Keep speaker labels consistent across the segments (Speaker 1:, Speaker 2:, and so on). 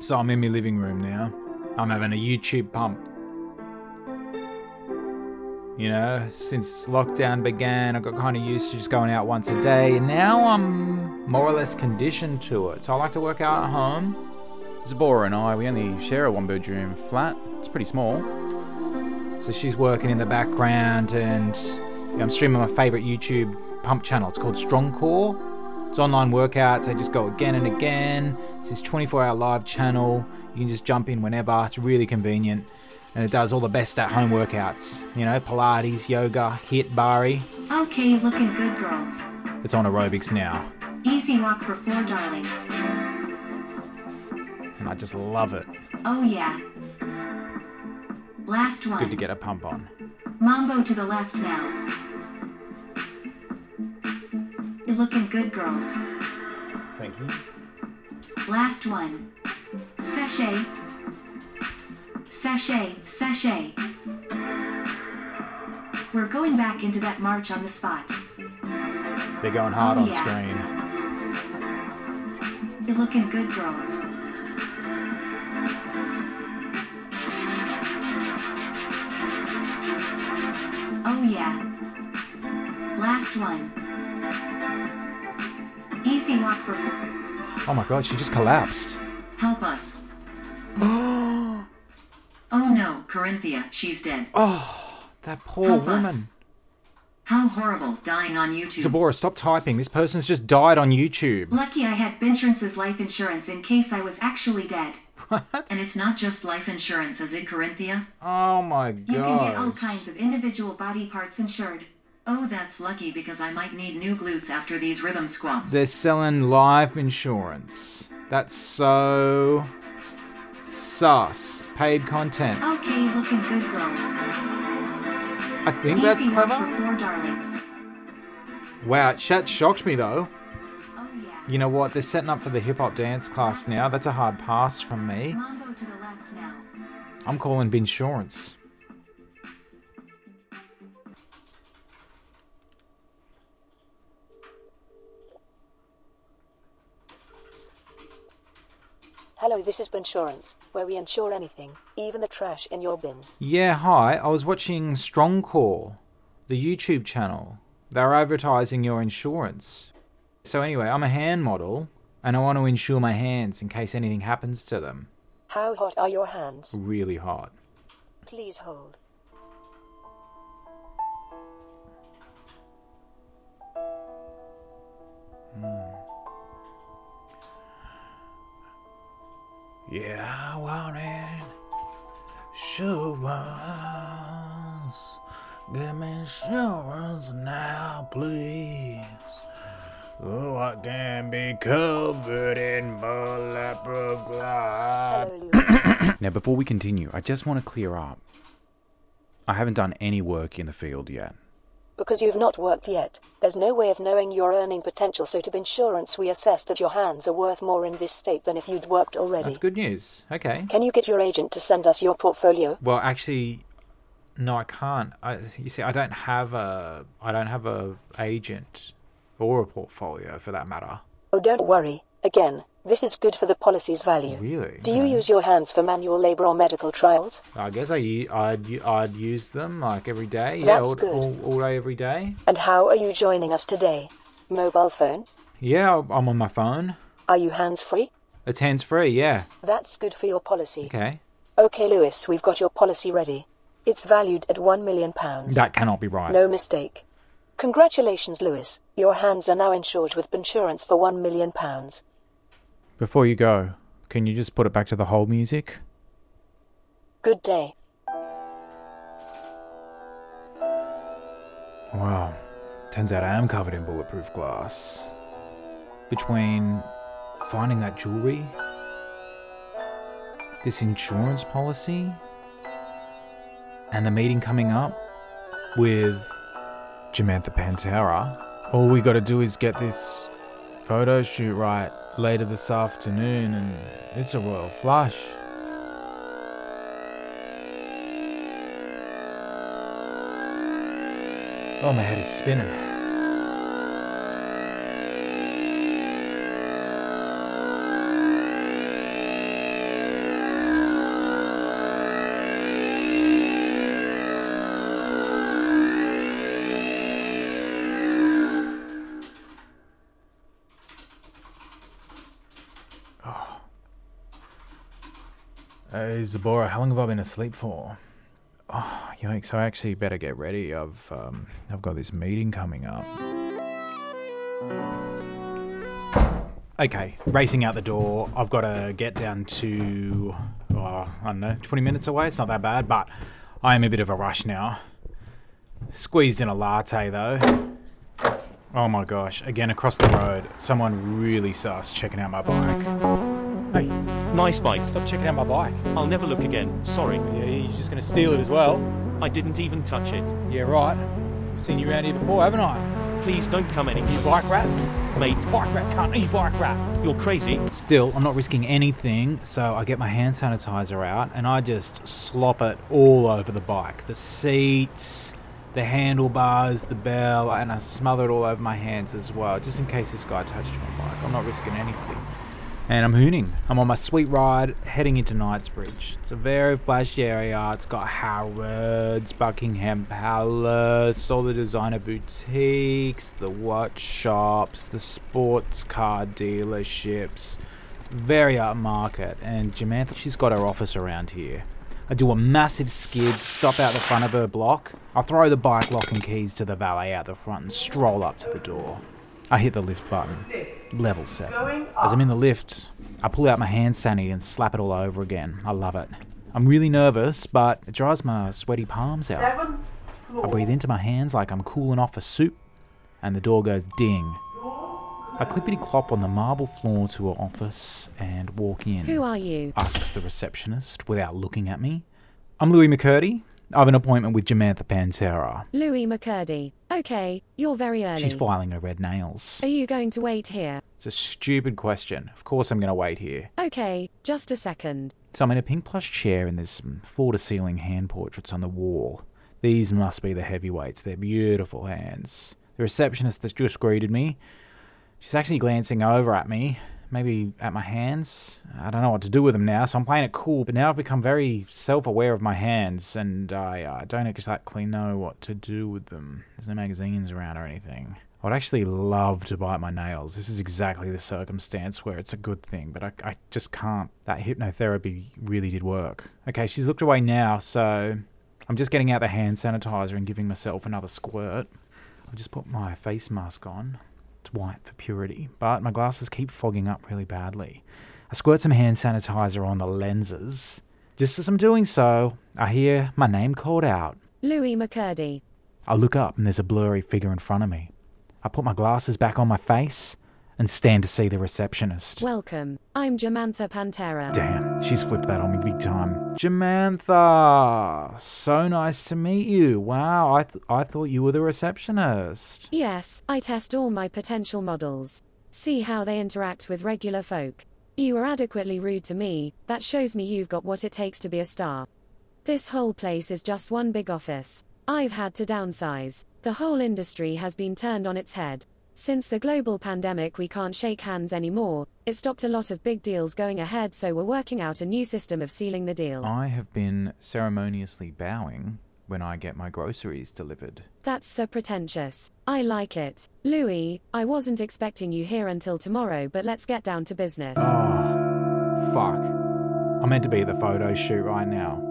Speaker 1: So I'm in my living room now. I'm having a YouTube pump. You know, since lockdown began, I got kind of used to just going out once a day, and now I'm more or less conditioned to it. So I like to work out at home. Zabora and I, we only share a one bedroom flat, it's pretty small. So she's working in the background, and I'm streaming my favorite YouTube pump channel. It's called Strong Core. It's online workouts, they just go again and again. It's this 24 hour live channel. You can just jump in whenever, it's really convenient. And it does all the best at home workouts. You know, Pilates, yoga, HIT, Bari.
Speaker 2: Okay, looking good, girls.
Speaker 1: It's on aerobics now.
Speaker 2: Easy walk for four darlings.
Speaker 1: And I just love it.
Speaker 2: Oh, yeah. Last one.
Speaker 1: Good to get a pump on.
Speaker 2: Mambo to the left now. You're looking good, girls.
Speaker 1: Thank you.
Speaker 2: Last one. Sachet. Sachet, sachet. We're going back into that march on the spot.
Speaker 1: They're going hard
Speaker 2: Oh,
Speaker 1: on
Speaker 2: yeah.
Speaker 1: screen.
Speaker 2: You're looking good, girls. Oh, yeah. Last one. Easy walk for.
Speaker 1: Oh my god, she just collapsed.
Speaker 2: Help us. oh no, Corinthia, she's dead.
Speaker 1: That poor
Speaker 2: Help us.
Speaker 1: woman.
Speaker 2: How horrible, dying on YouTube.
Speaker 1: Zabora, stop typing. This person's just died on YouTube.
Speaker 2: Lucky I had Bensurance's life insurance in case I was actually dead. What? And it's not just life insurance, is it, Corinthia?
Speaker 1: Oh my
Speaker 2: You can get all
Speaker 1: god.
Speaker 2: kinds of individual body parts insured. Oh, that's lucky because I might need new glutes after these rhythm squats.
Speaker 1: They're selling life insurance. That's so sus. Paid content.
Speaker 2: Okay, looking good, girls.
Speaker 1: I think
Speaker 2: Easy
Speaker 1: that's
Speaker 2: one
Speaker 1: clever.
Speaker 2: for four darlings.
Speaker 1: Wow, it shat shocked me though.
Speaker 2: Oh yeah.
Speaker 1: You know what? They're setting up for the hip hop dance class now. That's a hard pass from me.
Speaker 2: Mambo to the left now.
Speaker 1: I'm calling Binsurance.
Speaker 3: Hello, this is Binsurance, where we insure anything, even the trash in your bin.
Speaker 1: Yeah, hi. I was watching Strongcore, the YouTube channel. They're advertising your insurance. So, anyway, I'm a hand model and I want to insure my hands in case anything happens to them.
Speaker 3: How hot are your hands?
Speaker 1: Really hot.
Speaker 3: Please hold.
Speaker 1: Yeah, I want it. Insurance. Give me insurance now, please. So I can be covered in bulletproof glass.
Speaker 3: Hello, Lou.
Speaker 1: Now, before we continue, I just want to clear up. I haven't done any work in the field yet.
Speaker 3: because you've not worked yet, there's no way of knowing your earning potential, so to Binsurance, we assess that your hands are worth more in this state than if you'd worked already.
Speaker 1: That's good news. Okay.
Speaker 3: Can you get your agent to send us your portfolio?
Speaker 1: Well, actually, no, I can't. I, you see, I don't have a, I don't have a agent or a portfolio for that matter.
Speaker 3: Oh, don't worry. Again, this is good for the policy's value.
Speaker 1: Really?
Speaker 3: Do you
Speaker 1: Okay.
Speaker 3: use your hands for manual labor or medical trials?
Speaker 1: I guess I, u- I'd, u- I'd use them like every day. Yeah,
Speaker 3: That's
Speaker 1: all,
Speaker 3: good.
Speaker 1: All, all day, every day.
Speaker 3: And how are you joining us today? Mobile phone?
Speaker 1: Yeah, I'm on my phone.
Speaker 3: Are you hands free?
Speaker 1: It's hands free. Yeah.
Speaker 3: That's good for your policy.
Speaker 1: Okay.
Speaker 3: Okay, Lewis, we've got your policy ready. It's valued at £1 million.
Speaker 1: That cannot be right.
Speaker 3: No mistake. Congratulations, Lewis. Your hands are now insured with insurance for £1 million.
Speaker 1: Before you go, can you just put it back to the whole music?
Speaker 3: Good day.
Speaker 1: Wow. Turns out I am covered in bulletproof glass. Between finding that jewelry, this insurance policy, and the meeting coming up with Jamantha Pantera, all we gotta do is get this photo shoot right later this afternoon, and it's a royal flush. Oh, my head is spinning. Oh. Hey, Zabora, how long have I been asleep for? Oh, yikes, I actually better get ready. I've, um, I've got this meeting coming up. Okay, racing out the door. I've got to get down to, oh, I don't know, 20 minutes away. It's not that bad, but I am a bit of a rush now. Squeezed in a latte, though. Oh my gosh, again across the road, someone really sus checking out my bike. Hey,
Speaker 4: Nice bike.
Speaker 1: stop checking out my bike.
Speaker 4: I'll never look again. Sorry.
Speaker 1: Yeah, you're just gonna steal it as well.
Speaker 4: I didn't even touch it.
Speaker 1: Yeah, right. I've seen you around here before, haven't I?
Speaker 4: Please don't come any.
Speaker 1: You bike rat?
Speaker 4: Mate,
Speaker 1: Bike rat cunt, you bike rat.
Speaker 4: you're crazy.
Speaker 1: Still, I'm not risking anything, so I get my hand sanitizer out and I just slop it all over the bike. The seats, the handlebars, the bell, and I smother it all over my hands as well, just in case this guy touched my bike. I'm not risking anything. And I'm hooning. I'm on my sweet ride heading into Knightsbridge. It's a very flashy area. It's got Harrods, Buckingham Palace, all the designer boutiques, the watch shops, the sports car dealerships. Very upmarket. And Jamantha, she's got her office around here. I do a massive skid, stop out the front of her block. I throw the bike lock and keys to the valet out the front and stroll up to the door. I hit the lift button. Level 7. As I'm in the lift, I pull out my hand sanitizer and slap it all over again. I love it. I'm really nervous, but it dries my sweaty palms out. I breathe into my hands like I'm cooling off a soup, and the door goes ding. I clippity clop on the marble floor to her office and walk in
Speaker 5: Who are you?
Speaker 1: asks the receptionist without looking at me. I'm Louis McCurdy. I have an appointment with Jamantha Pantera.
Speaker 5: Louis McCurdy. Okay, you're very early.
Speaker 1: She's filing her red nails.
Speaker 5: Are you going to wait here?
Speaker 1: It's a stupid question. Of course, I'm going to wait here.
Speaker 5: Okay, just a second.
Speaker 1: So I'm in a pink plush chair and there's some floor to ceiling hand portraits on the wall. These must be the heavyweights. They're beautiful hands. The receptionist that's just greeted me, she's actually glancing over at me, maybe at my hands. I don't know what to do with them now, so I'm playing it cool, but now I've become very self aware of my hands and I uh, don't exactly know what to do with them. There's no magazines around or anything. I would actually love to bite my nails. This is exactly the circumstance where it's a good thing, but I, I just can't. That hypnotherapy really did work. Okay, she's looked away now, so I'm just getting out the hand sanitizer and giving myself another squirt. I'll just put my face mask on. It's white for purity, but my glasses keep fogging up really badly. I squirt some hand sanitizer on the lenses. Just as I'm doing so, I hear my name called out.
Speaker 5: Louis McCurdy.
Speaker 1: I look up and there's a blurry figure in front of me. I put my glasses back on my face and stand to see the receptionist.
Speaker 5: Welcome. I'm Jamantha Pantera.
Speaker 1: Damn, she's flipped that on me big time. Jamantha, so nice to meet you. Wow, I, th- I thought you were the receptionist.
Speaker 5: yes, I test all my potential models. See how they interact with regular folk. You were adequately rude to me, that shows me you've got what it takes to be a star. This whole place is just one big office. I've had to downsize. The whole industry has been turned on its head. Since the global pandemic, we can't shake hands anymore. It stopped a lot of big deals going ahead, so we're working out a new system of sealing the deal.
Speaker 1: I have been ceremoniously bowing when I get my groceries delivered.
Speaker 5: That's so pretentious. I like it. Louis, I wasn't expecting you here until tomorrow, but let's get down to business.
Speaker 1: Ah, Fuck. I meant to be at the photo shoot right now.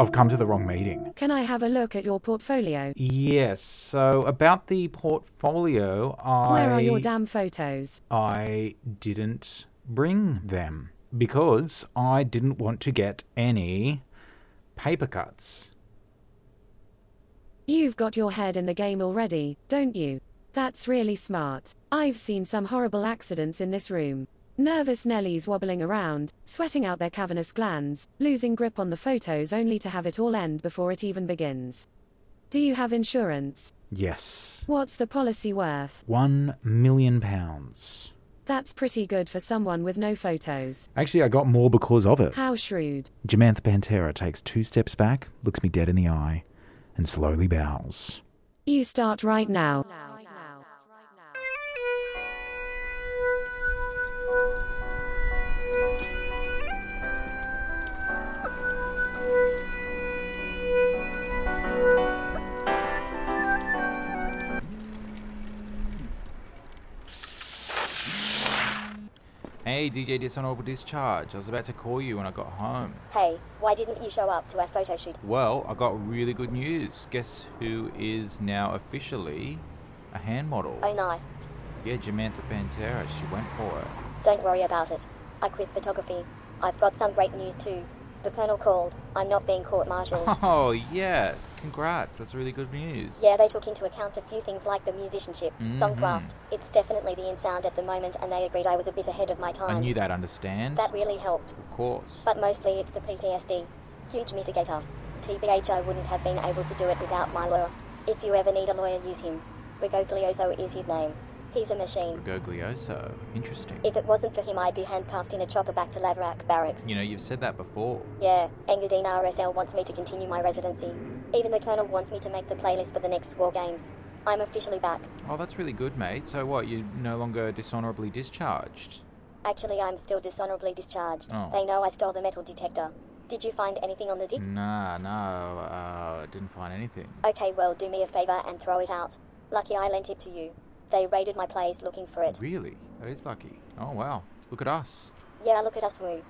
Speaker 1: I've come to the wrong meeting.
Speaker 5: Can I have a look at your portfolio?
Speaker 1: Yes, so about the portfolio, I.
Speaker 5: Where are your damn photos?
Speaker 1: I didn't bring them because I didn't want to get any paper cuts.
Speaker 5: You've got your head in the game already, don't you? That's really smart. I've seen some horrible accidents in this room. Nervous Nellies wobbling around, sweating out their cavernous glands, losing grip on the photos only to have it all end before it even begins. Do you have insurance?
Speaker 1: Yes.
Speaker 5: What's the policy worth?
Speaker 1: One million pounds.
Speaker 5: That's pretty good for someone with no photos.
Speaker 1: Actually, I got more because of it.
Speaker 5: How shrewd.
Speaker 1: Jamantha Pantera takes two steps back, looks me dead in the eye, and slowly bows.
Speaker 5: You start right now.
Speaker 1: Hey, DJ Dishonorable Discharge, I was about to call you when I got home.
Speaker 6: Hey, why didn't you show up to our photo shoot?
Speaker 1: Well, I got really good news. Guess who is now officially a hand model?
Speaker 6: Oh, nice.
Speaker 1: Yeah, Jamantha Pantera, she went for it.
Speaker 6: Don't worry about it. I quit photography. I've got some great news too. The colonel called. I'm not being court martialed.
Speaker 1: Oh, yes. Congrats, that's really good news.
Speaker 6: Yeah, they took into account a few things like the musicianship,
Speaker 1: Mm-hmm.
Speaker 6: songcraft. It's definitely the in sound at the moment, and they agreed I was a bit ahead of my time.
Speaker 1: I knew that, understand?
Speaker 6: um, That really helped,
Speaker 1: of course.
Speaker 6: but mostly it's the PTSD. Huge mitigator. TBH, I wouldn't have been able to do it without my lawyer. If you ever need a lawyer, use him. Rigoglioso is his name. He's a machine.
Speaker 1: Goglioso. Interesting.
Speaker 6: If it wasn't for him, I'd be handcuffed in a chopper back to Laverack Barracks.
Speaker 1: You know, you've said that before.
Speaker 6: Yeah, Engadine RSL wants me to continue my residency. Even the Colonel wants me to make the playlist for the next War Games. I'm officially back.
Speaker 1: Oh, that's really good, mate. So what, you're no longer dishonorably discharged?
Speaker 6: Actually, I'm still dishonorably discharged.
Speaker 1: Oh. Mm.
Speaker 6: They know I stole the metal detector. Did you find anything on the dick?
Speaker 1: Nah, no, uh, didn't find anything.
Speaker 6: Okay, well, do me a favor and throw it out. Lucky I lent it to you. They raided my place looking for it.
Speaker 1: Really? That is lucky. Oh, wow. Look at us.
Speaker 6: Yeah, look at us, Woo.